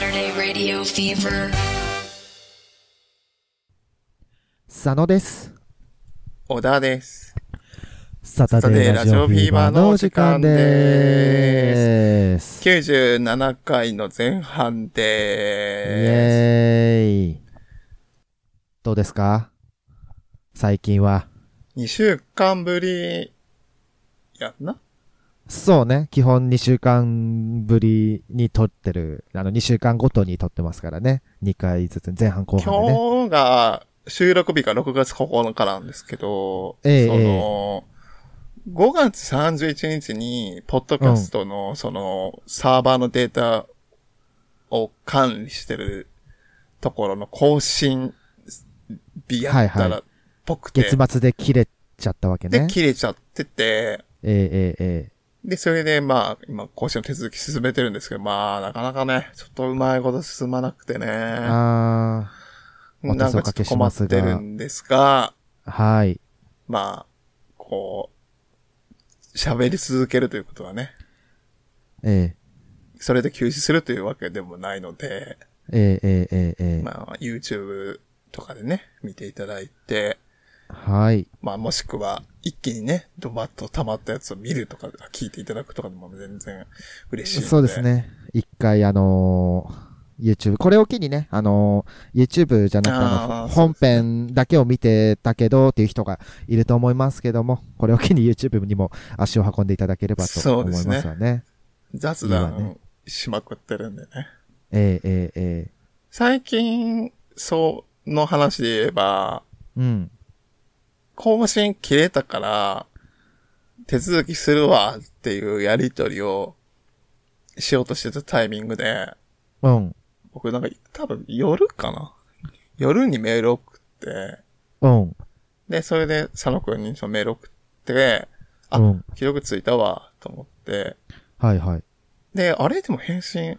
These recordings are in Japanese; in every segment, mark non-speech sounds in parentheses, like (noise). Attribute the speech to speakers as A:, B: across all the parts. A: Radio Fever.
B: 佐野です。
C: 小田です。
B: サタデーラジオフィーバーのお時間でーす。
C: 97回の前半
B: イ
C: で
B: エーイ。どうですか最近は。
C: ーす。2週間ぶり、やんな
B: そうね。基本2週間ぶりに撮ってる。あの、2週間ごとに撮ってますからね。2回ずつ、前半後半でね。
C: 今日が収録日が6月9日なんですけど、
B: ええ
C: その、5月31日に、ポッドキャストの、その、サーバーのデータを管理してるところの更新日やった
B: はいは
C: ら、ぽくて、
B: 月末で切れちゃったわけね
C: で、。切れちゃってて、
B: えー、えー、え
C: で、それで、まあ、今、更新の手続き進めてるんですけど、まあ、なかなかね、ちょっとうまいこと進まなくてね、
B: ー、あお
C: な
B: 手
C: ん
B: 数
C: か
B: おか
C: ちょっと
B: けし
C: 困
B: ま
C: っ
B: すが
C: てるんですが、
B: ー、はい。
C: まあ、こう、喋り続けるということはね、
B: え
C: それで休止するというわけでもないので、
B: ー、えー、えー、えー、えー
C: まあ、YouTube とかでね、見ていただいて、
B: はい。
C: まあ、もしくは、一気にね、ドバッと溜まったやつを見るとか、聞いていただくとかでも全然嬉しいので。
B: そうです。ね。一回、あのー YouTube、これを機にね、あのー YouTube じゃなくてあの
C: あー
B: 本編だけを見てたけどっていう人がいると思いますけども、これを機に YouTube にも足を運んでいただければと
C: そう
B: 思い
C: で
B: ますす
C: ね
B: わね。い
C: 雑
B: いわね
C: 談しまくってるんでね。
B: えええええ
C: 最近、そう、の話で言えば、
B: えうん。
C: 更新切れたから、手続きするわっていうやりとりをしようとしてたタイミングで、
B: うん。
C: 僕なんか多分夜かな夜にメール送って、
B: うん。
C: で、それで佐野くんにそのメール送って、あ
B: うん。
C: 記録ついたわと思って、
B: はいはい。
C: で、あれでも返信、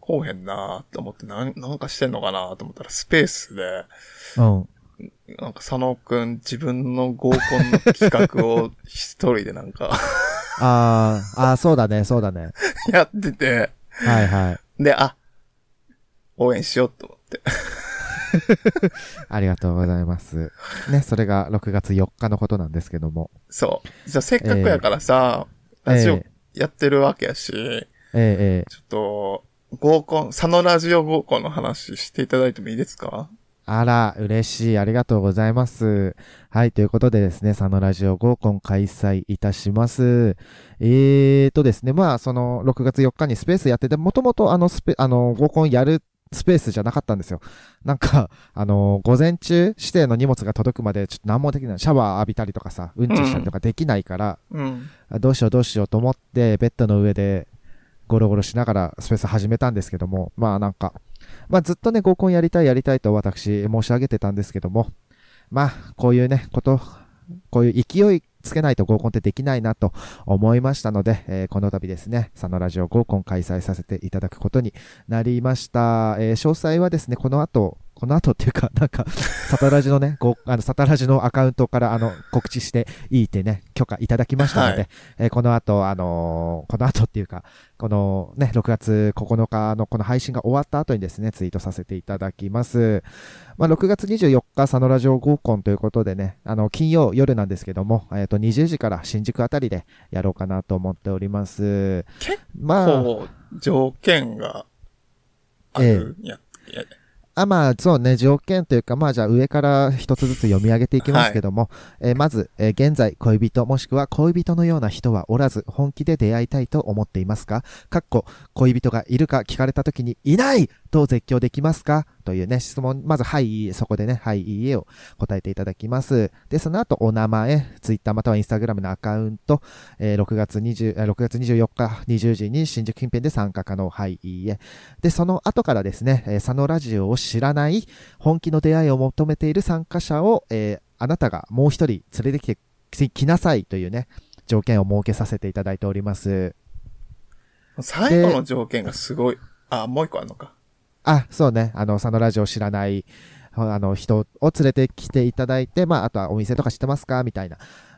C: こうへんなと思って、なん、なんかしてんのかなと思ったらスペースで、
B: うん。
C: なんか佐野くん自分の合コンの企画を一人でなんか (laughs)
B: あー、あーそうだね、そうだね。
C: やってて、
B: はいはい。
C: で、あ、応援しようと思って。
B: ありがとうございます。ね、それが6月4日のことなんですけども。
C: そう。じゃあせっかくやからさ、ラジオ
B: え
C: やってるわけやし、
B: えええ
C: ちょっと、合コン、佐野ラジオ合コンの話していただいてもいいですか
B: あら、嬉しい。ありがとうございます。はい、ということでですね、佐野ラジオ合コン開催いたします。えーとですね、まあ、その、6月4日にスペースやってて、もともとあの、スペ、あの、合コンやるスペースじゃなかったんですよ。なんか、あの、午前中、指定の荷物が届くまで、ちょっと何もできない。シャワー浴びたりとかさ、うんちしたりとかできないから、
C: うん。
B: あどうしようどうしようと思って、ベッドの上でゴロゴロしながらスペース始めたんですけども、まあなんか、まあずっとね、合コンやりたいやりたいと私申し上げてたんですけども、まあこういうね、こと、こういう勢いつけないと合コンってできないなと思いましたので、えーこの度ですね、佐野ラジオ合コン開催させていただくことになりました。えー詳細はですね、この後、この後っていうか、なん (laughs) か、サタラジのね、ごあのサタラジのアカウントからあの告知していいってね、許可いただきましたので、
C: は
B: えーこの後、あのーこの後っていうか、このね、6月9日のこの配信が終わった後にですね、ツイートさせていただきます。まあ、6月24日、佐野ラジオ合コンということでね、あの、金曜夜なんですけども、えっ、と、20時から新宿あたりでやろうかなと思っております。
C: 結
B: まあ、
C: 構、条件があるんやっけ、
B: あまあ、そうね、条件というか、まあ、じゃあ上から一つずつ読み上げていきますけども、えーまず、えー現在、恋人もしくは恋人のような人はおらず、本気で出会いたいと思っていますかかっこ、恋人がいるか聞かれた時に、いないと絶叫できますかというね、質問、まず、はい、いいえ、そこでね、はい、いいえを答えていただきます。で、その後、お名前、ツイッターまたはインスタグラムのアカウント、えー6月20、えー6月24日20時に新宿近辺で参加可能、はい、いいえ。で、その後からですね、えー佐野ラジオを知らない、本気の出会いを求めている参加者を、えーあなたがもう一人連れてきてき来なさいというね、条件を設けさせていただいております。
C: 最後の条件がすごい、あ、もう一個あるのか。
B: あ、そうね。あの、佐野ラジオ知らない、あの、人を連れてきていただいて、まあ、あとはお店とか知ってますかみたいな。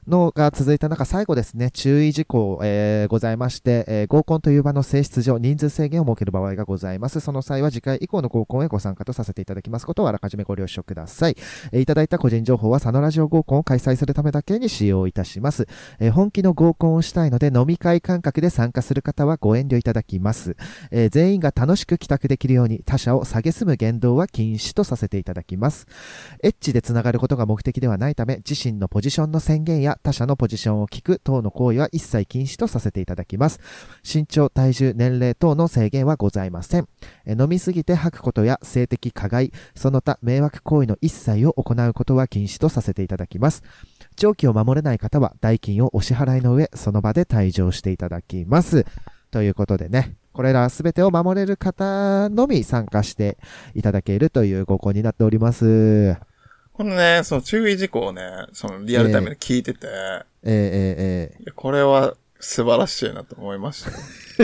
B: のが続いた中、最後ですね、注意事項、えーございまして、えー合コンという場の性質上、人数制限を設ける場合がございます。その際は次回以降の合コンへご参加とさせていただきますことをあらかじめご了承ください。えーいただいた個人情報は、佐野ラジオ合コンを開催するためだけに使用いたします。えー本気の合コンをしたいので、飲み会感覚で参加する方はご遠慮いただきます。えー全員が楽しく帰宅できるように、他者を蔑む言動は禁止とさせていただきます。エッチでつながることが目的ではないため、自身のポジションの宣言や他者のポジションを聞く等の行為は一切禁止とさせていただきます。身長、体重、年齢等の制限はございません。え飲みすぎて吐くことや性的加害、その他迷惑行為の一切を行うことは禁止とさせていただきます。長期を守れない方は代金をお支払いの上、その場で退場していただきます。ということでね、これらすべてを守れる方のみ参加していただけるというご考になっております。
C: このね、その注意事項をね、そのリアルタイムで聞いてて、
B: えー、えーえ
C: いやこれは素晴らしいなと思いまし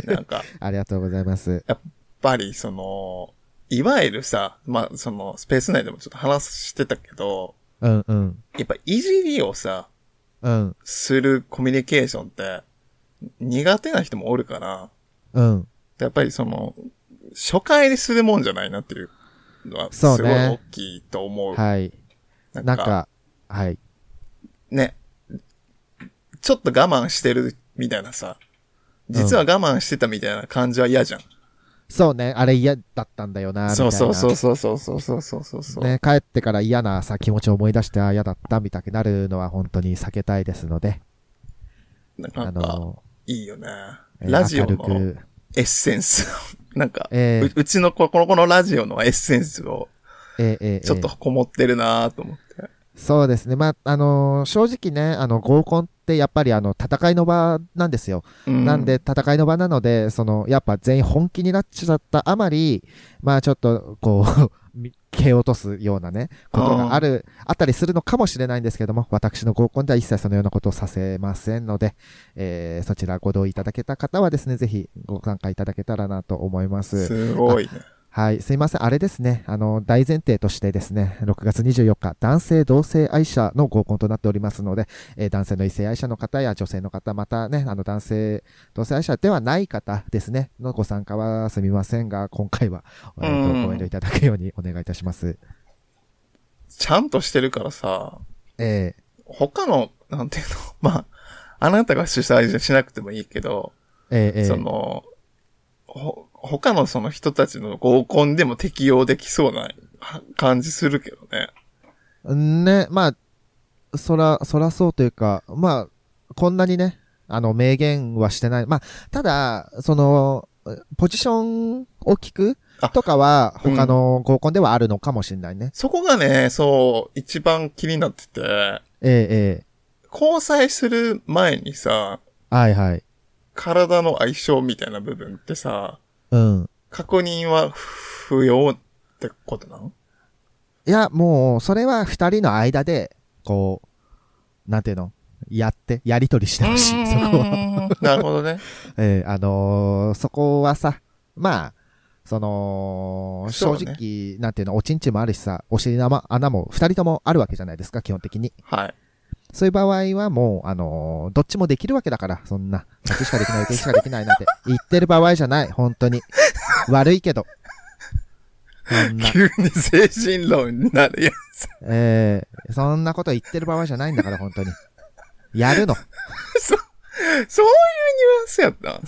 C: た。 (laughs) なんか、やっ
B: ーありがとうございます。
C: ぱりその、いわゆるさ、まあ、そのスペース内でもちょっと話してたけど、
B: うんうん。
C: やっぱいじりをさ、
B: うん。
C: するコミュニケーションって、苦手な人もおるから、
B: うん。
C: やっぱりその、初回でするもんじゃないなっていうのは、す
B: そ
C: ご
B: う
C: い
B: ね
C: 大きいと思う。
B: はい。
C: なん
B: なん
C: か、
B: か、はい。
C: ね、ちょっと我慢してるみたいなさ、実は我慢してたみたいな感じは嫌じゃん。
B: そうね、あれ嫌だったんだよな、みたい
C: そう
B: な。
C: そうそうそうそうそうそうそうそう。
B: ね、帰ってから嫌なさ、気持ちを思い出して、あー嫌だった、みたいになるのは本当に避けたいですので、
C: なんか
B: あの、
C: いいよね。
B: えー
C: ラジオ
B: 明る
C: の
B: く、
C: エッセンス (laughs) をなんか、
B: えー
C: ううちのここのこのラジオのエッセンスを
B: えーえー
C: ちょっと
B: えー
C: こもってるなと思って。
B: そうですね。まあ、あのー正直ね、あの、合コンってやっぱりあの、戦いの場なんですよ。
C: うん
B: なんで、戦いの場なので、その、やっぱ全員本気になっちゃったあまり、まあちょっと、こう、 (laughs) み蹴落とすようなね、ことがある、あったりするのかもしれないんですけども、私の合コンでは一切そのようなことをさせませんので、えーそちらご同意いただけた方はですね、ぜひご参加いただけたらなと思います。
C: すごいね。
B: はい、すいません。あれですね。あの、大前提としてですね、6月24日、男性同性愛者の合コンとなっておりますので、えー男性の異性愛者の方や女性の方、またね、あの、男性同性愛者ではない方ですね、のご参加はすみませんが、今回は、えー
C: うん
B: と、ご遠慮いただくようにお願いいたします。
C: ちゃんとしてるからさ、
B: えー
C: 他の、なんていうの、 (laughs) まあ、あなたが主催しなくてもいいけど、
B: えーえー
C: その、ほ、他のその人たちの合コンでも適用できそうなは感じするけどね。
B: ね、まあ、そら、そらそうというか、まあ、こんなにね、あの、明言はしてない。まあ、ただ、その、ポジションを聞く
C: あ
B: とかは、
C: うん
B: 他の合コンではあるのかもしれないね。
C: そこがね、そう、一番気になってて、
B: えええ
C: 交際する前にさ、
B: えはいはい。
C: 体の相性みたいな部分ってさ、
B: うん。
C: 確認は不要ってことなの
B: いや、もう、それは二人の間で、こう、なんていうのやって、やりとりしてほしい、そこは。
C: は。なるほどね。
B: ええあのーそこはさ、まあ、その、
C: そ
B: 正
C: うね
B: 直、なんていうの、おちんちんもあるしさ、お尻の穴穴も二人ともあるわけじゃないですか、基本的に。
C: はい。
B: そういう場合はもう、あのーどっちもできるわけだから、そんな、こっちしかできない、こっちしかできないなん
C: (laughs)
B: て、言ってる場合じゃない、本当に。悪いけど。そんな、
C: 急に精神論になるやつ。
B: ええそんなこと言ってる場合じゃないんだから、本当に。やるの。
C: そういうニュアンスや (laughs) った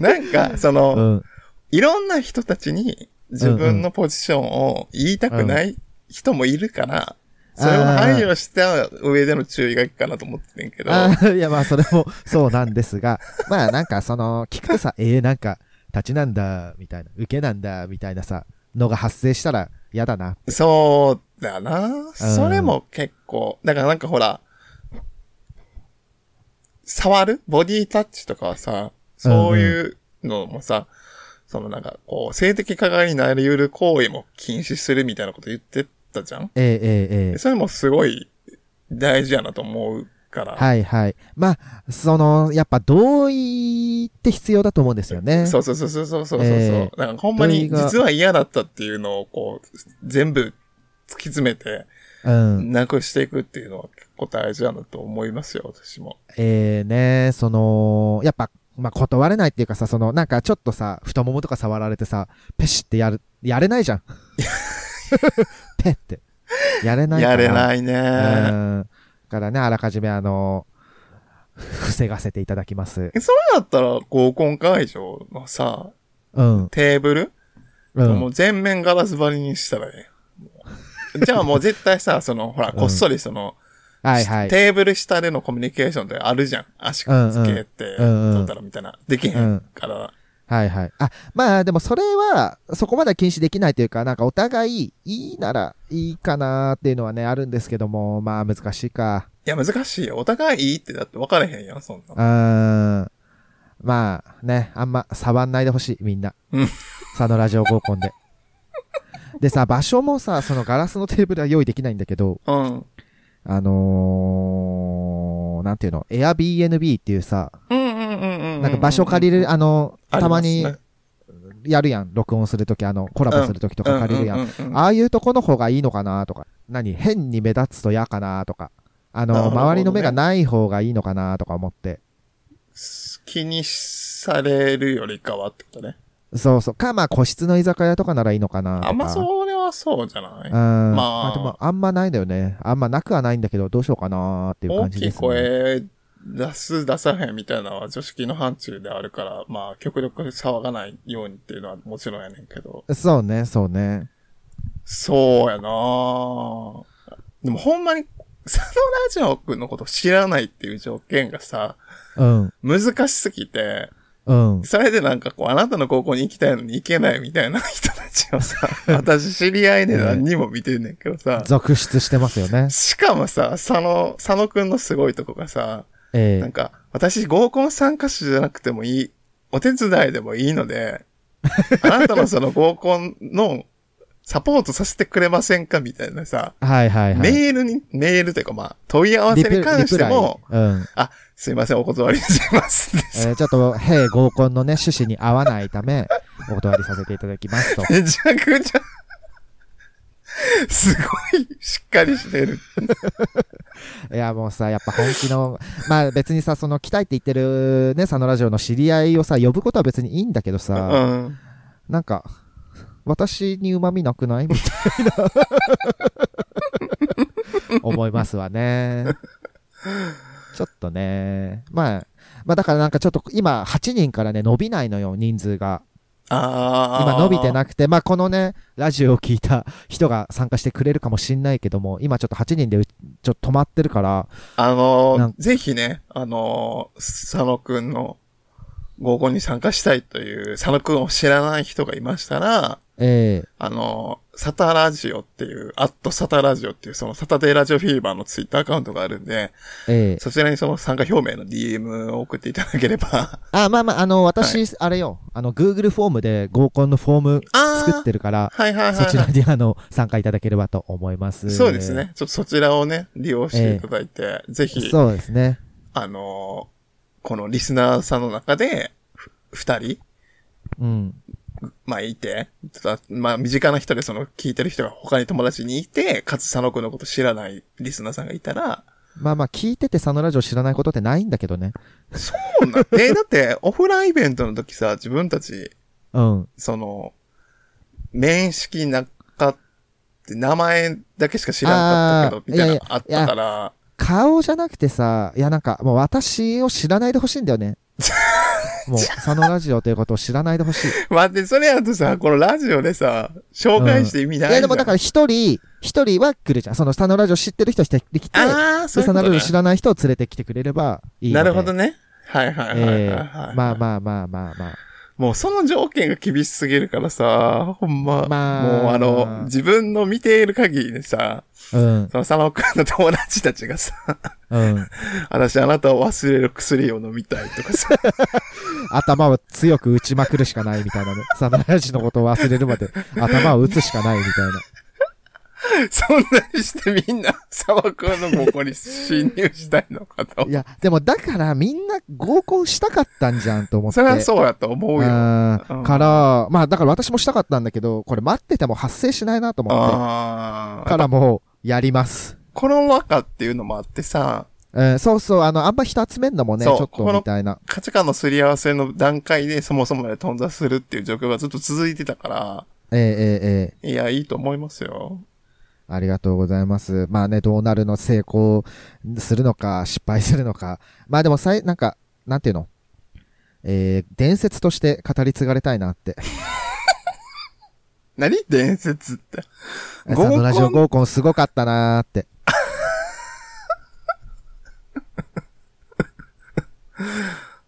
C: なんか、その、
B: うん。
C: いろんな人たちに自分のポジションを言いたくない人もいるから、
B: うん
C: それを配慮した上での注意がいくかなと思ってんけど、
B: あーいや、まあ、それも、そうなんですが、 (laughs) まあ、なんか、その、聞くとさ、えー、なんか、立ちなんだ、みたいな、受けなんだ、みたいなさ、のが発生したら嫌だな。
C: そうだな。それも結構、だからなんかほら、触るボディタッチとかはさ、そういうのもさ、そのなんかこう、性的加害になり得る行為も禁止するみたいなこと言ってたじゃん
B: えー、えー、えー
C: それもすごい大事やなと思うから。
B: はい、はい。まあ、その、やっぱ、同意って必要だと思うんですよね。
C: そうそうそうそうそうそうそう。
B: え
C: なんかほんま
B: 同
C: に
B: 意が
C: 実は嫌だったっていうのをこう、全部突き詰めて、
B: うん。
C: なくしていくっていうのは結構大事なんだと思いますよ、私も。
B: えー、ね、その、やっぱ、まあ、断れないっていうかさ、その、なんかちょっとさ、太ももとか触られてさ、ペシってやる、やれない
C: (laughs)
B: じゃん。ペって。やれないから。
C: やれない
B: うん
C: ね。。
B: だからね、あらかじめあの、防がせていただきます。
C: そうだったら、合コン会場のさ、
B: うん。
C: テーブル、
B: うん
C: も。う全面ガラス張りにしたらね。もうじゃあもう絶対
B: (laughs)
C: さ、その、ほら、
B: うん
C: こっそりその、
B: はいはい。
C: テーブル下でのコミュニケーションってあるじゃん。足くっつけて、
B: うんうん
C: 取ったらみたいな。できへんから。
B: はいはい。あ、まあでもそれは、そこまでは禁止できないというか、なんかお互いいいならいいかなっていうのはね、あるんですけども、まあ難しいか。
C: いや、難しいよ。お互いいいってだって分からへんやん、そん
B: う
C: な。
B: ーん。まあね、あんま触んないでほしい、みんな
C: うん。
B: 佐野ラジオ合コンで。でさ、場所もさ、そのガラスのテーブルは用意できないんだけど、
C: うん。
B: あのー、なんていうの、Airbnb っていうさ、
C: うんうんうんうん。
B: なんか場所借りる、あの、
C: あ
B: た
C: り
B: ますに
C: ね、
B: やるやん、録音するとき、あの、コラボするときとか借りるやん
C: う。ううう
B: ああいうとこの方がいいのかなとか、何変に目立つと嫌かなとか、あの、
C: なるほどね
B: 周りの目がない方がいいのかなとか思って。
C: 気にされるよりかはってことね。
B: そうそう。か、まあ、個室の居酒屋とかならいいのかなとか。
C: あんまそれはそうじゃ
B: う。
C: なん
B: ま
C: い
B: あ、
C: まあ
B: でも、あんまないんだよね。あんまなくはないんだけど、どうしようかなっていう
C: 大
B: 感じ
C: き
B: で
C: い
B: す、ね。
C: 声出す、出さへんみたいなのは常識の範疇であるから、まあ、極力騒がないようにっていうのはもちろんやねんけど。
B: そうね、そうね。
C: そうやなぁでもほんまに、佐野ラジオくんのことを知らないっていう条件がさ、
B: うん、
C: 難しすぎて、
B: うん。
C: それでなんかこう、あなたの高校に行きたいのに行けないみたいな人たち
B: (laughs)
C: をさ、私知り合いで何人も見てんねんけどさ、
B: 続出してますよね。
C: しかもさ、佐野、佐野くんのすごいとこがさ、
B: え
C: なんか、私合コン参加者じゃなくてもいい、お手伝いでもいいので、あなたのその合コンのサポートさせてくれませんかみたいなさ、
B: えはいはいはい。
C: メールに、メールというかまあ、問い合わ
B: リ
C: せ
B: プ
C: に関しても、
B: リプライうん。
C: あ、すいません、お断りしますってさ
B: えーちょっと、兵合コンのね、趣旨に合わないため、 (laughs) お断りさせていただきますと。
C: めちゃくちゃ、すごいしっかりしてる。
B: いや、もうさ、やっぱ本気の、まあ別にさ、その来たいって言ってるね、佐野ラジオの知り合いをさ、呼ぶことは別にいいんだけど
C: う
B: さ、
C: ん。
B: なんか、私に旨味なくないみたいな、思いますわね。ちょっとね、まあ、まあだからなんかちょっと今8人からね、伸びないのよ、人数が。
C: あー
B: 今伸びてなくて、まあこのね、ラジオを聞いた人が参加してくれるかもしんないけども、今ちょっと8人でうちょっと止まってるから、
C: あの
B: なん
C: ー、ぜひね、あのー、佐野くんの合コンに参加したいという、佐野くんを知らない人がいましたら、
B: ええ
C: あのー、サタラジオっていう、アットサタラジオっていう、そのサタデーラジオフィーバーのツイッターアカウントがあるんで、
B: ええ
C: そちらにその参加表明の DM を送っていただければ、
B: あ、まあまあ、あの、私、あれよ、あの、Google フォームで合コンのフォーム
C: あー
B: 作ってるから、
C: はいはいはいはい。
B: そちらにあの、参加いただければと思います。
C: そうです。ね。ちょっとそちらをね、利用していただいて、ぜひ、
B: そうですね。
C: あのー、このリスナーさんの中で、ふ二人、
B: うん。
C: まあいて、ただまあ身近な人でその聞いてる人が他に友達にいて、かつ佐野くんのこと知らないリスナーさんがいたら、
B: まあまあ、聞いてて佐野ラジオ知らないことってないんだけどね。
C: そう
B: (laughs)
C: なんえ、だってオフラインイベントの時さ、自分たち、
B: うん。
C: その、面識なかって、名前だけしか知らなかったけど、みたいなのあ
B: あ
C: っ
B: ーいやいや
C: たから、
B: 顔じゃなくてさ、いやなんか、もう私を知らないでほしいんだよ
C: (laughs)
B: ね。もう、佐野ラジオということを知らないでほしい。
C: 待って、それやとさ、このラジオでさ、紹介して意味ない
B: い
C: じ
B: や
C: ゃん。
B: でもだから一人、一人は来るじゃん。その下のラジオ知ってる人一人来て、
C: ああ、
B: そ
C: そう
B: れ下のラ
C: いうこと
B: ジ
C: ね
B: オ知らない人を連れてきてくれればいいの
C: な
B: で。
C: るほどね。はいはいはい
B: え
C: はい、
B: ー
C: はい
B: まあまあまあまあまあ。
C: もうその条件が厳しすぎるからさ、ほんま、
B: まあ
C: もうあの、自分の見ている限りでさ、
B: うん、
C: その佐野くんの友達たちがさ、 (laughs)
B: うん。
C: 私あなたを忘れる薬を飲みたいとかさ、 (laughs)
B: 頭を強く打ちまくる (laughs) しかないみたいなね。サムラジのことを忘れるまで頭を打つしかないみたいな。
C: そんなにしてみんな、 (laughs) 沢くんのここに侵入したいのか
B: (laughs)
C: と
B: い。や、でもだからみんな合コンしたかったんじゃんと思って。
C: それはそうやと思う
B: う
C: よ。
B: んから、まあだから私もしたかったんだけど、これ待ってても発生しないなと思っ
C: あ
B: て。
C: あ。
B: からもう、やります。
C: コロナ禍っていうのもあってさ、
B: うん、そうそう、あの、あんま人集めんのもね、ち
C: そう
B: ょっとみたいな。
C: 価値観のすり合わせの段階でそもそもで頓挫するっていう状況がずっと続いてたから、
B: えええええ
C: いや、いいと思いますよ。
B: えありがとうございます。まあね、どうなるの成功するのか、失敗するのか。まあでもさい、なんか、なんていうのえー、伝説として語り継がれたいな
C: (laughs)
B: って。
C: 何伝説って。
B: えサンドラジオ合コンすごかったなー
C: (laughs)
B: って。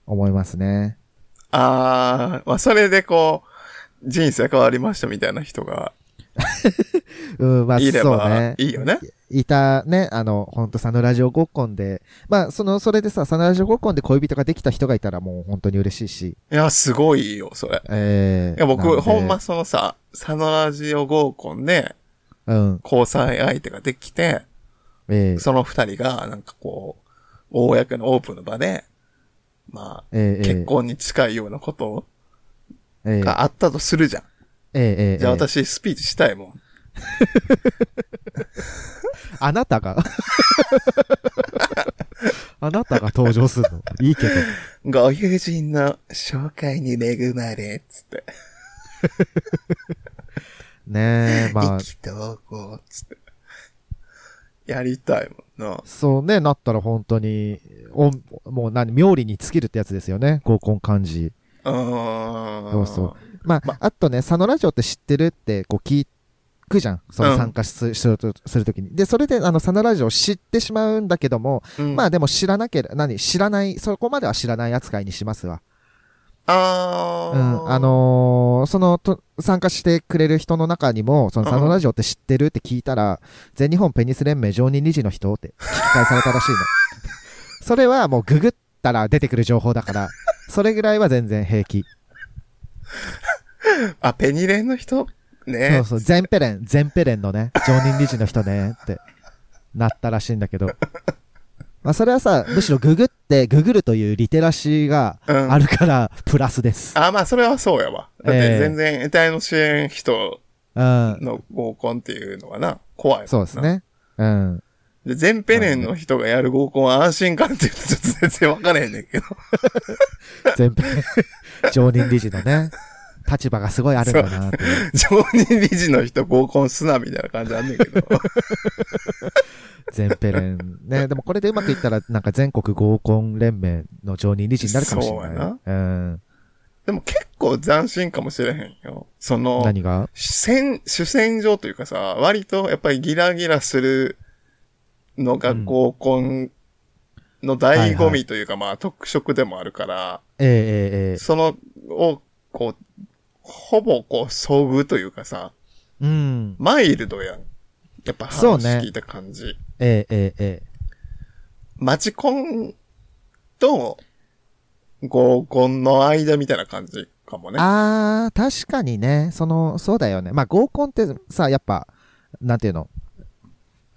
B: 思いますね。
C: あー、まあ、それでこう、人生変わりましたみたいな人が
B: うん、まあ、
C: いれ
B: そう
C: ば
B: ね。
C: いいよね。
B: いたね、あの、ほんとサノラジオ合コンで、まあ、その、それでさ、サノラジオ合コンで恋人ができた人がいたらもう本当に嬉しいし、
C: いや、すごいよ、それ。
B: え
C: い
B: ー、な
C: や、僕、
B: で
C: ほんま、そのさ、サノラジオ合コンで
B: うん、
C: 交際相手ができて、
B: えー、
C: その二人が、なんかこう、公のオープンの場で、まあ、
B: えー、えー
C: 結、婚に近いようなこと
B: えー、
C: があったとするじゃん。
B: えー、えーえー
C: じゃあ私、スピーチしたいもん。
B: あなたが (laughs) あなたが登場するのいいけど。
C: ご友人の紹介に恵まれ、つって。
B: ねえ、まあ
C: 意、気投合、つって。やりたいもんな。
B: そうね、なったら本当に、おんもう何、妙利に尽きるってやつですよね、合コン漢字。
C: うーん。
B: そうそうまあ、
C: ま
B: あとね、佐野ラジオって知ってるって、こう聞くじゃん。そうの
C: ん
B: 参加す,、るとするときに。で、それで、あの、佐野ラジオを知ってしまうんだけども、
C: うん。
B: まあでも知らなければ、何、知らない、そこまでは知らない扱いにしますわ。
C: あ
B: う
C: ー。
B: ん。あ、のーそのと、参加してくれる人の中にも、その佐野ラジオって知ってるって聞いたら、全日本ペニス連盟常任理事の人 (laughs) って聞き返されたらしいの。それはもうググったら出てくる情報だから、それぐらいは全然平気。
C: あ、ペニレンの人
B: そ
C: ね
B: う。そう、ゼンペレン、ゼンペレンのね、常任理事の人ね、って、なったらしいんだけど。まあ、それはさ、むしろググって、ググるというリテラシーが
C: うん
B: あるから、プラスです。
C: あ、まあ、それはそうやわ。だっ
B: え
C: て
B: え
C: 全然、得体の支援人
B: うん。
C: の合コンっていうのはな、怖いもんな
B: そうです。ね。うん。
C: で、全ペレンの人がやる合コンは安心感って言うとちょっと全然わからへんね
B: (laughs)
C: んけど。
B: 全ペレン、常任理事のね、立場がすごいあるんだなっていう
C: 常任理事の人合コンすなみたいな感じあんねんけど。
B: 全ペレン。ね、でもこれでうまくいったら、なんか全国合コン連盟の常任理事になるかもしれない。
C: そう
B: うん。
C: でも結構斬新かもしれへんよ。その、
B: 何が
C: 主戦、主戦場というかさ、割とやっぱりギラギラするのが
B: うん
C: 合コンの醍醐味というか、まあ特色でもあるから、
B: ええええええ
C: そのを、こう、ほぼこう、遭遇というかさ、
B: うん。
C: マイルドやん。やっぱ話
B: そうね
C: 聞いた感じ。
B: ええええええ
C: マチコンと合コンの間みたいな感じかもね。
B: ああ、確かにね。その、そうだよね。まあ、合コンってさ、やっぱ、なんていうの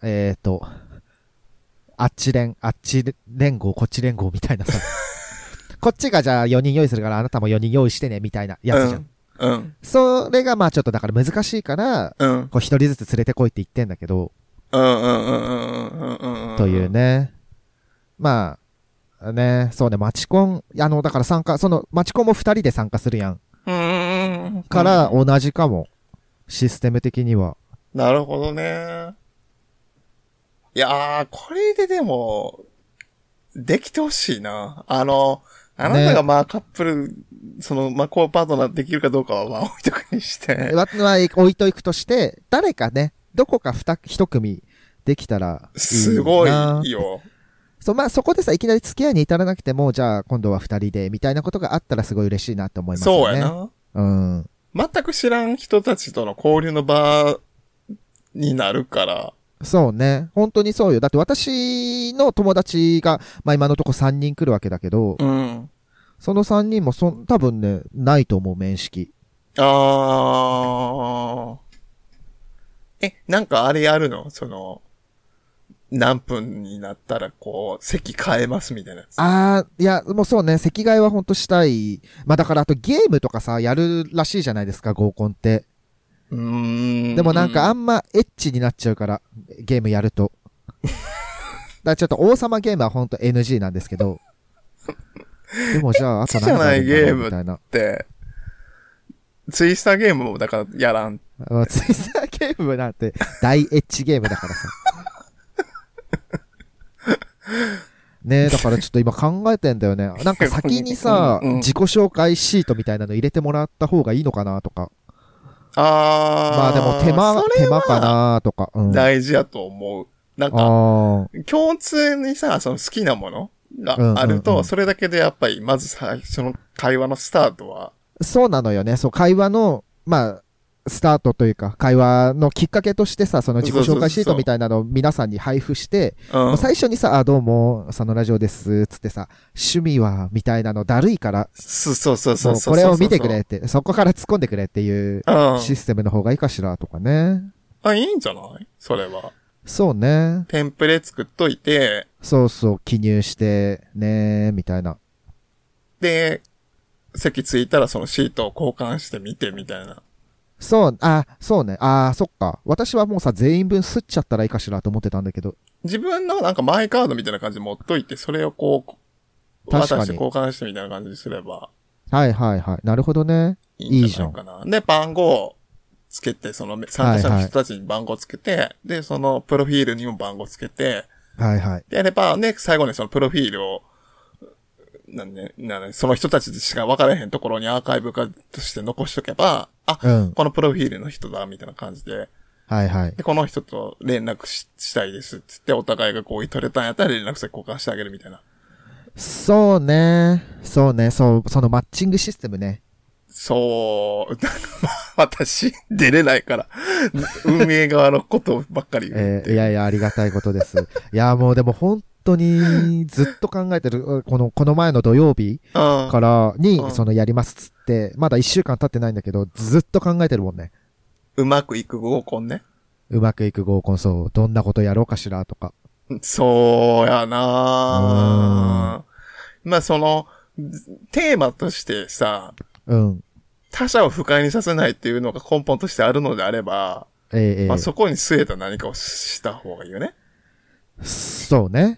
B: えっ、ー、と、あっち連、あっち連合、こっち連合みたい
C: (laughs)
B: なさ。こっちがじゃあ4人用意するから、あなたも4人用意してね、みたいなやつじゃん。
C: うん。
B: それがまあちょっとだから難しいから、
C: うん。うん。
B: こう一人ずつ連れてこいって言ってんだけど、
C: うん。うん。うん。うんうん。うん。
B: という。ね。まあ、ね、そうね、マチコン、あの、だから参加、その、マチコンも2人で参加するやん。
C: うん。
B: から、同じかも。システム的には。
C: なるほどね。いやー、これででも、できてほしいな。あの、あなたが
B: ね
C: まあカップル、その、まあコーパートナーできるかどうかはまあ置いとくにして。
B: わは置いといくとして、誰かね、どこか二一組できたらいいな。
C: すごいよ。
B: そう、まあそこでさ、いきなり付き合いに至らなくても、じゃあ今度は二人で、みたいなことがあったらすごい嬉しいなと思いますよね。
C: そうや。な。
B: うん。
C: 全く知らん人たちとの交流の場になるから。
B: そうね。本当にそうよ。だって私の友達が、まあ今のとこ三人来るわけだけど、
C: うん。
B: その三人もそん、多分ね、ないと思う、面識。
C: あー。え、なんかあれやるのその、何分になったらこう、席変えますみたいなやつ。
B: あー、いや、もうそうね、席替えはほんとしたい。まあだからあとゲームとかさ、やるらしいじゃないですか、合コンって。
C: うーん。
B: でもなんかあんまエッチになっちゃうから、ゲームやる
C: (laughs)
B: と。だからちょっと王様ゲームはほんと NG なんですけど。でもじゃあ、あと何があるんだろうみたいな。
C: って、ツイスターゲームもだからやらん。
B: あのツイスターゲームなんて大エッチゲームだ
C: (laughs)
B: からさ。ねえ、だからちょっと今考えてんだよね。なんか先にさ、
C: うんうん
B: 自己紹介シートみたいなの入れてもらった方がいいのかなとか。
C: あー。
B: まあでも手間
C: そ、れ
B: 手間
C: は
B: かなとか。うん、あ
C: 大事やと思う。なんか、
B: あ
C: 共通にさ、その好きなもの
B: うんうんうん
C: があると、それだけでやっぱり、まず最初の会話のスタートは、
B: ー。そうなのよね。そう、会話の、まあ、スタートというか、会話のきっかけとしてさ、その自己紹介シートみたいなのを皆さんに配布して、
C: うん。
B: 最初にさ、あ、どうも、佐野ラジオです、つってさ、趣味は、みたいなのだるいから、
C: そうそうそうそう
B: も
C: そううそう。
B: これを見てくれって、そこから突っ込んでくれっていう
C: うん。
B: システムの方がいいかしらとかね。
C: あ、いいんじゃないそれは。
B: そうね。
C: テンプレ作っといて、
B: そうそう、記入して、ねみたいな。
C: で、席着いたらそのシートを交換してみてみたいな。
B: そう、あ、そうね。あ、そっか。私はもうさ、全員分すっちゃったらいいかしらと思ってたんだけど。
C: 自分のなんかマイカードみたいな感じで持っといて、それをこう、
B: 確か
C: 渡
B: に
C: して交換してみたいな感じにすれば
B: はいはいはい。なるほどね。
C: いいんじゃないかな。で、番号をつけて、その参加者の人たちに番号つけて、で、そのプロフィールにも番号つけて、
B: はいはい。
C: で、やればね、最後にそのプロフィールを、なんね、なんね、その人たちしか分からへんところにアーカイブ化として残しとけば、あ、
B: うん。
C: このプロフィールの人だ、みたいな感じで、
B: はいはい。
C: で、この人と連絡ししたいです、つって、お互いがこう、取れたんやったら連絡先交換してあげるみたいな。
B: そうね。そうね。そう、そのマッチングシステムね。
C: そう、 (laughs) なんかまあ私、出れないから、運営側のことばっかり言う
B: えーいやいや、ありがたいこと
C: (laughs)
B: です。いや、もうでも本当にずっと考えてる、この、この前の土曜日
C: うん
B: から
C: う
B: に、
C: ん
B: そのやりますっつって、まだ一週間経ってないんだけど、ずっと考えてるもんね。
C: うまくいく合コンね。
B: うまくいく合コン、そう、どんなことやろうかしらとか。
C: そうやなぁまあその、テーマとしてさ、
B: うん。
C: 他者を不快にさせないっていうのが根本としてあるのであれば、
B: えーえー
C: まあそこに据えた何かをした方がいいよね。
B: そうね。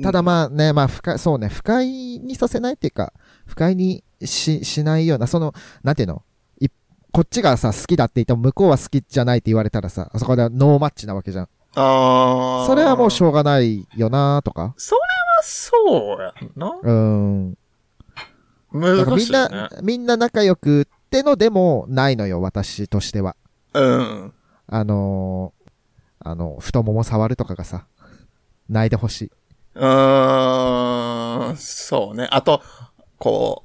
B: ただまあね、まあ、不快、そうね、不快にさせないっていうか、不快にし、しないような、その、なんていうのいこっちがさ、好きだって言っても、向こうは好きじゃないって言われたらさ、そこでノーマッチなわけじゃん。
C: ああ。
B: それはもうし
C: ょ、
B: ょうがないよなとか。
C: それはそうやんな。
B: うん。だから
C: 難
B: み
C: し
B: ん
C: いね。
B: な、みんな仲良くってのでもないのよ、私としては。
C: うん。
B: あのーあの、太もも触るとかがさ、泣いてほしい。
C: うーん、そうね。あと、こ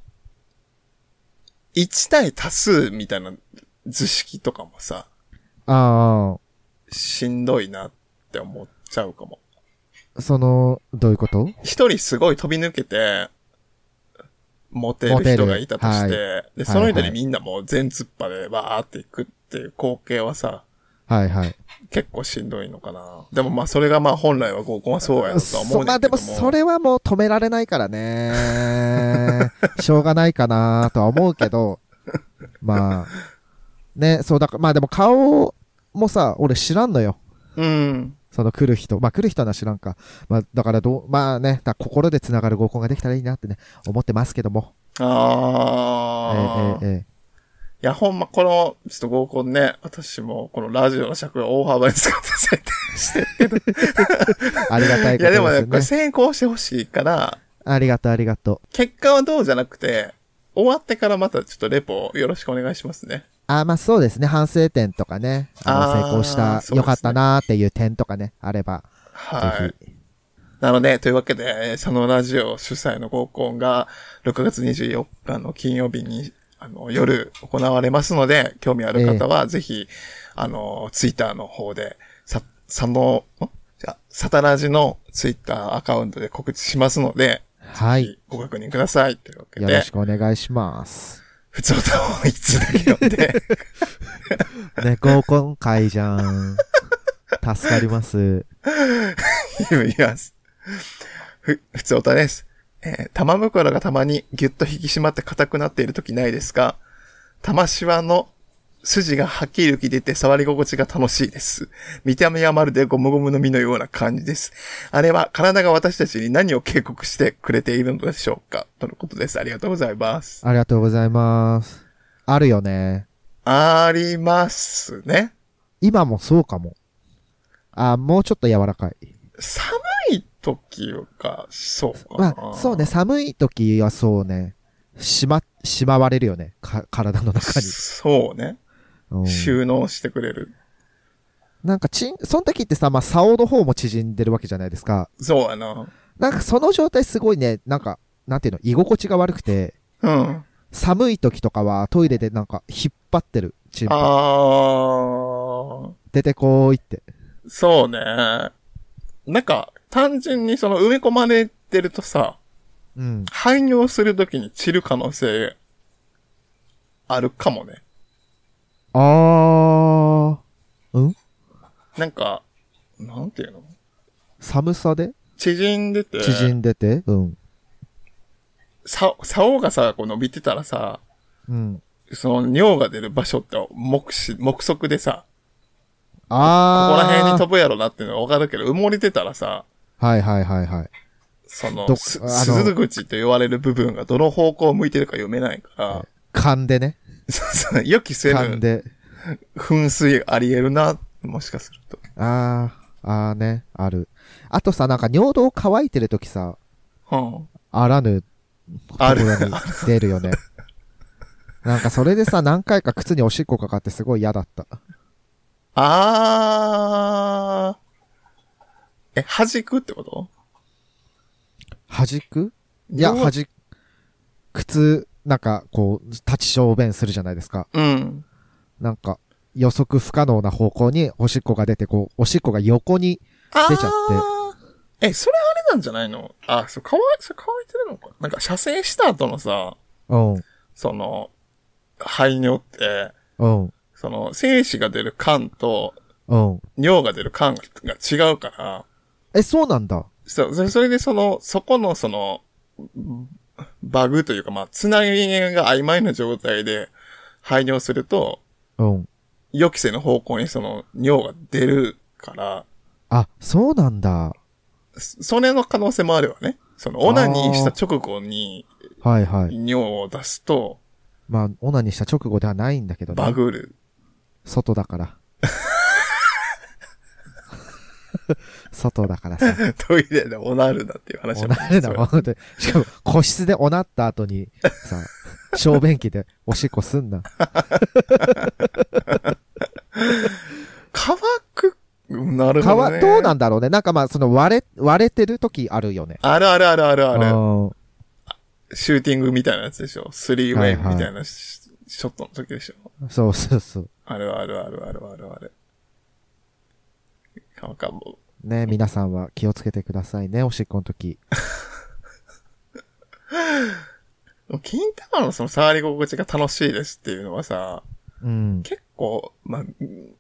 C: う、1対多数みたいな図式とかもさ、
B: あ
C: しんどいなって思っちゃうかも。
B: あ、その、どういうこと
C: 一人すごい飛び抜けて、モテる人がいたとし
B: モテ
C: て、
B: る
C: で、その人
B: はいは
C: に
B: い
C: みんなもう全突っ張でバーっていくっていう光景はさ、
B: はいはい。
C: 結構しんどいのかな。でもまあそれがまあ本来は合コンはそうやろうとは思う
B: そ
C: ねん
B: まあで
C: けど
B: も
C: も。
B: それはもう止められないから
C: (laughs)
B: ね。しょうがないかなとは思うけど、まあ、ね、そうだから、まあでも顔もさ、俺知らんのよ。
C: うん。
B: その来る人。まあ来る人は知らんか。まあだからどう、まあね、だから心で繋がる合コンができたらいいなってね、思ってますけども。え
C: ああ、
B: ええええ
C: いや、ほんま、この、ちょっと合コンね、私も、このラジオの尺が大幅に使って設定してるけど。
B: (laughs) えありがたい
C: (laughs) い
B: こ
C: や、
B: とで
C: ですも
B: よ
C: ね、これ
B: ね。
C: 成功してほしいから、
B: ありがとう、ありがとう。
C: 結果はどうじゃなくて、終わってからまたちょっとレポよろしくお願いしますね。
B: あまあそうですね、反省点とかね、あの
C: あー
B: 成功した、
C: そうですね
B: 良かったなーっていう点とかね、あれば、
C: は
B: ぜ
C: い。
B: ひ。
C: なので、というわけで、えー佐野ラジオ主催の合コンが、6月24日の金曜日に、あの、夜行われますので、興味ある方は、ぜひ、あの、ツイッターの方で、さ、佐野、んじゃあサタラジのツイッターアカウントで告知しますので、
B: はい。
C: ご確認ください。というわけ
B: よろ
C: で
B: し、くお願いします。
C: 普通歌をいつだけ読んで、
B: ね、合コン会じゃん。助かります。
C: 言います。ふ、普通歌です。えー玉袋がたまにぎゅっと引き締まって硬くなっている時ないですか玉シワの筋がはっきり浮き出て触り心地が楽しいです。見た目はまるでゴムゴムの実のような感じです。あれは体が私たちに何を警告してくれているのでしょうかとのことです。ありがとうございます。
B: ありがとうございます。あるよね。
C: ありますね。
B: 今もそうかも。あ、もうちょっと柔らかい。
C: 寒い時が、そうかな
B: ま。あ、そうね、寒い時はそうね、しま、しまわれるよね。か、体の中に。
C: そうね。
B: うん
C: 収納してくれる。
B: なんかちん、その時ってさ、まあ、竿の方も縮んでるわけじゃないですか。
C: そうやな。
B: なんかその状態すごいね、なんか、なんていうの、居心地が悪くて、
C: うん。
B: 寒い時とかはトイレでなんか引っ張ってる。チンポ
C: あー、
B: 出てこーいって。
C: そうね。なんか、単純にその埋め込まれてるとさ、
B: うん。
C: 排尿するときに散る可能性、あるかもね。
B: あー、うん
C: なんか、なんていうの
B: 寒さで
C: 縮んでて、
B: 縮んでて、うん。
C: さ、竿がさ、こう伸びてたらさ、
B: うん。
C: その尿が出る場所って目視、目測でさ、ここ
B: あー。
C: ら辺に飛ぶやろなっていうのはわかるけど、埋もれてたらさ、
B: はいはいはいはい。
C: そ
B: ど
C: の、す
B: あの
C: 鈴口と言われる部分がどの方向を向いてるか読めない
B: (laughs)
C: から、
B: 勘でね。
C: そうそう予期せ
B: 勘
C: ぬ
B: で。
C: 噴水あり得るな、もしかすると。
B: あー、あーね、ある。あとさ、なんか尿道乾いてる時さ、
C: うん。
B: あらぬ
C: ある
B: ところに出るよ
C: (laughs)
B: ね。なんかそれでさ、何回か靴におしっこかかってすごい嫌だった。
C: あー。え、弾くってこと
B: 弾くいや、
C: どう
B: 弾く、靴、なんかこう、立ち小便するじゃないですか。
C: うん。
B: なんか、予測不可能な方向におしっこが出て、こう、おしっこが横に、
C: あー
B: 出ちゃっ
C: え、それあれなんじゃないのあ、そう、乾い、そう乾いてるのかなんか、射精した後のさ、
B: うん、
C: その、排尿って、
B: うん、
C: その、精子が出る管と、
B: うん。
C: 尿が出る管が違うから、
B: え、そうなんだ。
C: そう、それそれでその、そこのその、んバグというか、まあ、つなぎが曖昧な状態で排尿すると、
B: うん。
C: 予期せぬ方向にその尿が出るから、
B: あ、そうなんだ。
C: そそれの可能性もあるわね。その、オナニーした直後に
B: はいはい。
C: 尿を出すと、
B: まあ、オナにした直後ではないんだけどね。
C: バグる。
B: 外だ
C: (laughs)
B: から。外だからさ。
C: トイレでオナルだっていう話
B: おなるだ、
C: ん。
B: 本当に。しかも、個室でおなった後に、さ、小便器でおしっこすんな。
C: 乾く。なる
B: か
C: ほど、
B: わ、
C: ね。
B: どうなんだろうね。なんかまあ、その割れ、割れてる時あるよね。
C: あるあるあるあるある。
B: うん
C: シューティングみたいなやつでしょ。スリーウェイみたいなシ,、ショットの時でしょ。
B: そうそうそう。
C: あるあるあるあるあるある。なんかも
B: ね、皆さんは気をつけてくださいね、おしっこの時。
C: う、金玉のその触り心地が楽しいですっていうのはさ、
B: うん。
C: 結構、まあ、うん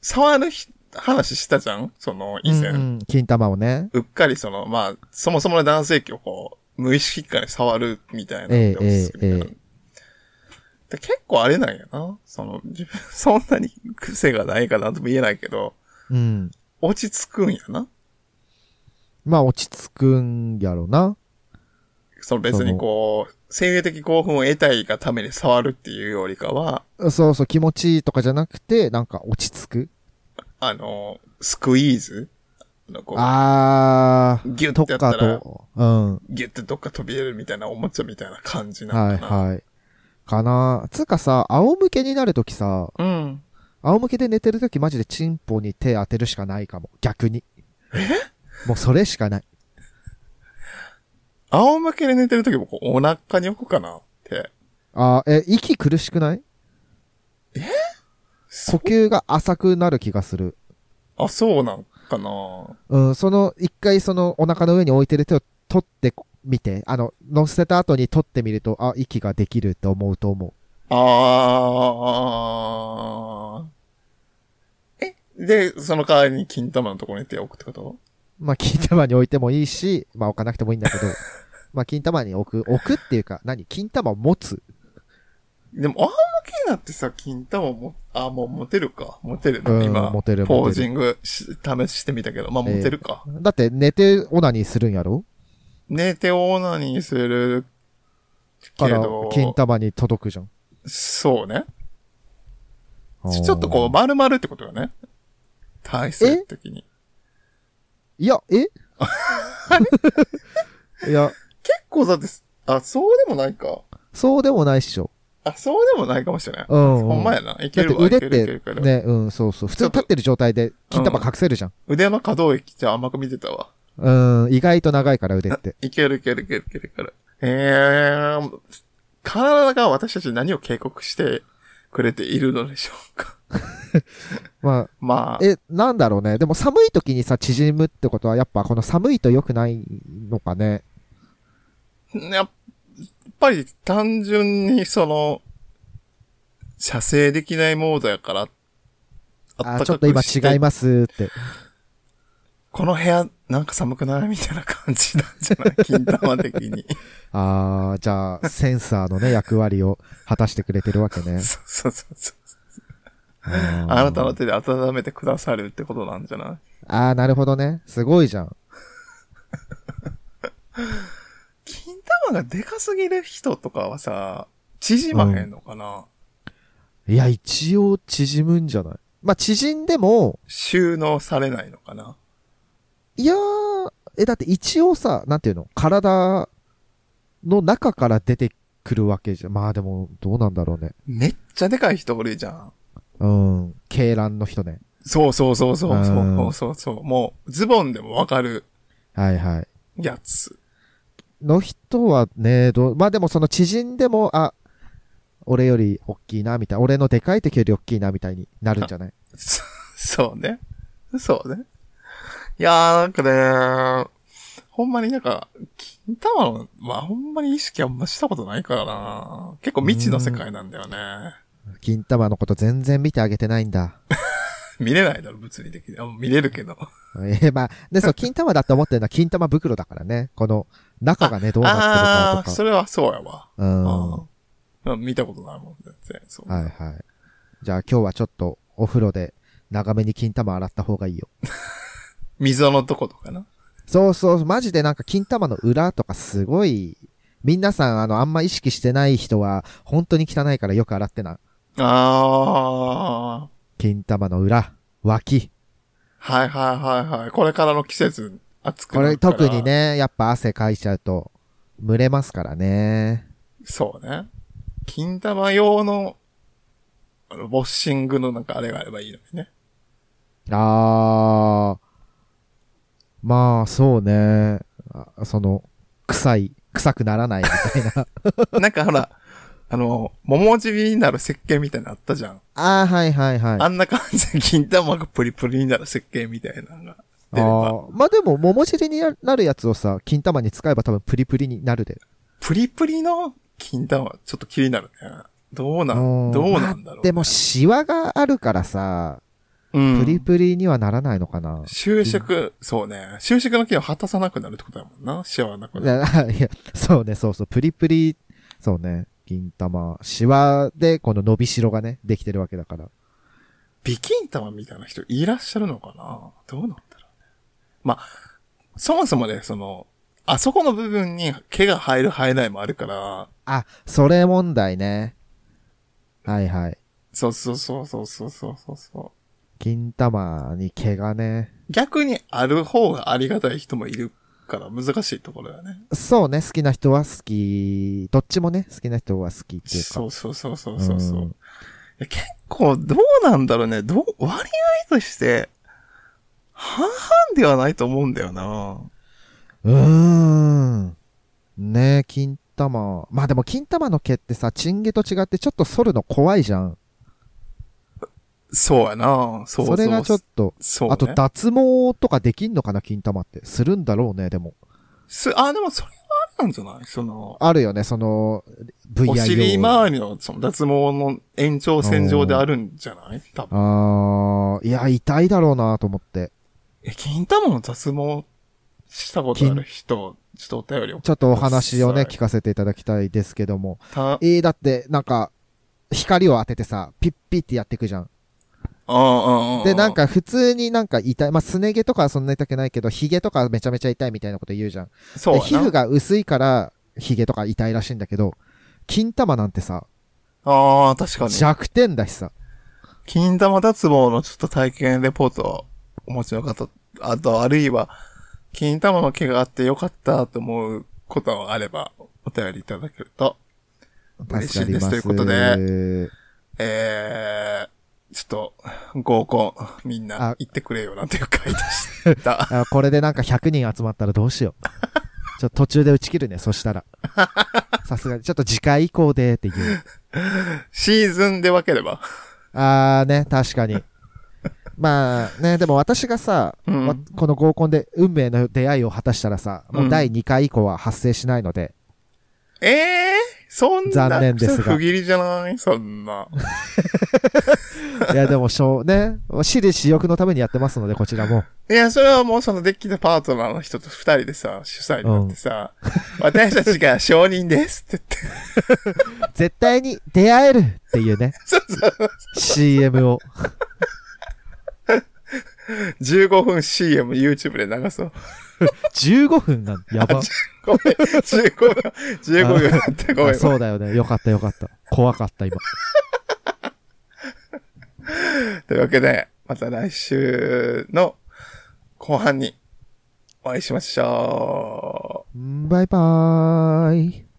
C: 触るひ話したじゃんその以前、
B: う
C: うん
B: うん金玉をね。
C: っかりその、まあ、そもそもの男性器をこう、無意識化で触るみたいなの
B: ええ
C: っておすすめだな
B: ええ
C: で結構あれなんやな。その、自分、そんなに癖がないかなんとも言えないけど、
B: うん。
C: 落ち着くんやな。
B: まあ、落ち着くんやろな。
C: その別にこう、性的興奮を得たいがために触るっていうよりかは、
B: そうそう、気持ちいいとかじゃなくて、なんか落ち着く。
C: あの、スクイーズあのこう
B: あー。
C: ギュッ
B: と
C: てやった、
B: からと、うん。
C: ギュッてどっか飛び出るみたいなおもちゃみたいな感じな
B: は
C: の
B: い
C: かな。
B: はい。かなつうかさ、仰向けになるときさ、
C: うん。
B: 仰向けで寝てるときマジでチンポに手当てるしかないかも。逆に。もうそれしかない。
C: 仰向けで寝てるときもこうお腹に置くかなって。
B: あーえ、息苦しくない呼
C: そ
B: 吸が浅くなる気がする。
C: あ、そうなんかな
B: うん、その、一回そのお腹の上に置いてる手を取ってみて、あの、乗せた後に取ってみると、あ、息ができるって思うと思う。
C: あー。え、で、その代わりに金玉のところに手を置くってこと
B: まあ、金玉に置いてもいいし、まあ、置かなくてもいいんだ
C: (laughs)
B: けど、まあ、金玉に置く、置くっていうか、何金玉を持つ。
C: でも、アームキーナってさ、金玉も、あ、もう持てるか。持てる
B: う
C: な、
B: ん
C: 今。
B: 持てる持
C: ポー
B: てる
C: ジングし試してみたけど、まあ、持てるか。
B: だって、寝てオナニーするんやろ
C: 寝てオーナニーするけ
B: から
C: ど、、
B: 金玉に届くじゃん。
C: そうね。ちょっとこう、丸々ってことよね。体勢的に。
B: う。いや、え (laughs) いや、
C: 結構だって、あ、そうでもないか。
B: そうでもないっしょ。
C: あ、そうでもないかもしれない。
B: うん、うん。
C: ほんまやな。い
B: だ
C: け
B: って
C: るわ、い
B: 腕
C: け
B: っ
C: るいけるいけ
B: て、
C: る。
B: ね、うん、そうそう。普通に立ってる状態で、金玉隠せるじゃん。
C: 腕の可動域って甘く見てたわ。
B: うん、意外と長いから腕って。
C: いけるいけるいけるいけるいける。えー、体が私たちに何を警告してくれているのでしょうか。 (laughs)
B: ま
C: ま
B: あ、
C: あ、
B: え、なんだろうね。でも寒い時にさ、縮むってことは、やっぱこの寒いと良くないのかね。
C: やっぱり単純にその、射精できないモードやから、あっ
B: あ、
C: た
B: ちょ
C: か
B: っと今
C: くして
B: 違いますって。
C: この部屋、なんか寒くないみたいな感じなんじゃない (laughs) 金玉的に。
B: ああ、じゃあ、センサーのね、役割を果たしてくれてるわけね。
C: そうそうそうそう。
B: あー
C: あなたの手で温めてくださるってことなんじゃない
B: ああ、なるほどね。すごいじゃん。
C: 金玉がでかすぎる人とかはさ、縮まへんのかな、
B: いや、一応縮むんじゃないまあ、縮んでも、
C: 収納されないのかない
B: やー、え、だって一応さ、なんていうの体の中から出てくるわけじゃん。まあでも、どうなんだろうね。
C: めっちゃでかい人おるじゃん。
B: うん。鶏卵の人ね。
C: そうそうそうそううんそうそうそうそう。もう、ズボンでもわかる
B: はいはい。
C: やつ。
B: の人はね、どう、まあでもその縮んでも、あ、俺より大きいな、みたいな。俺のでかい時より大きいな、みたいになるんじゃない
C: そそうね。そうね。いやー、なんかね、ほんまになんか、金玉の、まあほんまに意識あんましたことないからな。結構未知の世界なんだよね。
B: 金玉のこと全然見てあげてないんだ。
C: 見れないだろ、物理的に。あ見れるけど。
B: えーまあ、で、そう、金玉だって思ってるのは金玉袋だからね。この、中がね、どうな
C: あ
B: って
C: あー、
B: るかとか。
C: それはそうやわ。
B: うん。
C: うんまあ見たことないもん、全然。そう。
B: はいはい。じゃあ今日はちょっとお風呂で長めに金玉洗った方がいいよ。
C: 溝のとことかな。
B: そうそう、マジでなんか金玉の裏とかすごい、皆さんあの、あんま意識してない人は本当に汚いからよく洗ってな。
C: ああ、
B: 金玉の裏、脇。
C: はいはいはいはい。これからの季節、暑く
B: こ
C: な
B: れ
C: るから。
B: 特に。ね、やっぱ汗かいちゃうと、蒸れますからね。
C: そうね。金玉用の、あの、ボッシングのなんかあれがあればいいのにね。 (laughs)
B: あー。まあ、そうね。あその、臭い、臭くならないみたいな。
C: なんかほら、あの、桃尻になる石鹸みたいなのあったじゃん。
B: (laughs) あー、はいはいはい。
C: あんな感じで金玉がプリプリになる石鹸みたいなのが出れば。
B: あーまあでも、桃尻になるやつをさ、金玉に使えば多分プリプリになるで。
C: プリプリの金玉、ちょっと気になるね。どうな、
B: うんん
C: どうなんだろう、ね。
B: でも、シワがあるからさ、
C: うん、
B: プリプリにはならないのかな。
C: 就職、そうね。就職の機能を果たさなくなるってことだもんな。幸せなく
B: い
C: な
B: や、
C: る。
B: いやそうね、そうそう、プリプリ、そうね、金玉、シワでこの伸びしろがね、できてるわけだから。
C: ビキン玉みたいな人いらっしゃるのかなどうなんだろうね。まあ、そもそもね、その、あそこの部分に毛が入る入らないもあるから、
B: あ、それ問題ね。はいはい。
C: そうそうそうそうそうそうそうそ
B: 金玉に毛がね。
C: う。逆にある方がありがたい人もいるから難しいところだよね。
B: そうね、好きな人は好き、どっちもね、好きな人は好きっていうか。
C: そうそうそうそうそうそう。
B: うん
C: いや結構どうなんだろうね。どう、割合として、半々ではないと思うんだよな。
B: うーん。ねえ、金玉。まあでも金玉の毛ってさ、チンゲと違ってちょっと剃るの怖いじゃん。
C: そうやな
B: そ
C: そ
B: う
C: そう。
B: れがちょっと。
C: そう、ね。
B: あと
C: だ、
B: 脱毛とかできんのかな、金玉って。するんだろうね、でも。
C: す、あ、でもそれはあたんじゃないその、
B: あるよね、その、
C: お
B: VIO。
C: 尻周りのその脱毛の延長線上であるんじゃない多分。
B: あーいや、痛いだろうなと思って。
C: え、金玉の脱毛したことある人、ちょっとお便りを
B: ちょっとお話をね、
C: はい
B: 聞かせていただきたいですけども。
C: た、あ
B: えー、だって、なんか、光を当ててさ、ピッピッってやっていくじゃん。
C: あ、ああ、
B: で、なん、か普通になんか痛い。まあ、すね毛とかはそんな痛くないけど、髭とかめちゃめちゃ痛いみたいなこと言うじゃん。
C: そう
B: で
C: やな。
B: 皮膚が薄いから、髭とか痛いらしいんだけど、金玉なんてさ、
C: ああ、確かに。
B: 弱点だしさ。
C: 金玉脱毛のちょっと体験レポートをお持ちの方、あと、あるいは、金玉の毛があってよかったと思うことがあれば、お便りいただけると、嬉しいですということで。えー、ちょっと、合コン、みんな
B: あ
C: 行ってくれよなんていう回でした。 (laughs)
B: あこれでなんか100人集まったらどうしよう。ちょっと途中で打ち切るね、そ
C: (laughs)
B: したら。さすがに。ちょっと次回以降でっていう。
C: シーズンで分ければ。
B: あーね、確かに。まあね、でも私がさ、
C: うん
B: わこの合コンで運命の出会いを果たしたらさ、もう第2回以降は発生しないので、
C: ええー、そんな、
B: 残念ですが
C: 不義理じゃないそんな。
B: いやでもしょう、ね、私利私欲のためにやってますので、こちらも。
C: いや、それはもうそのデッキのパートナーの人と二人でさ、主催になってさ、私たちが承認ですって言って、
B: 絶対に出会えるっていうね、
C: (laughs) そうそう
B: CM を。
C: (laughs) 15分 CM YouTube で流そう。
B: 15分なんてやば。
C: ごめん、15秒、15秒だった、ごめ
B: あ
C: ん。
B: そうだよね。よかったよかった。怖かった今。
C: というわけで、また来週の後半にお会いしましょう。
B: バイバーイ。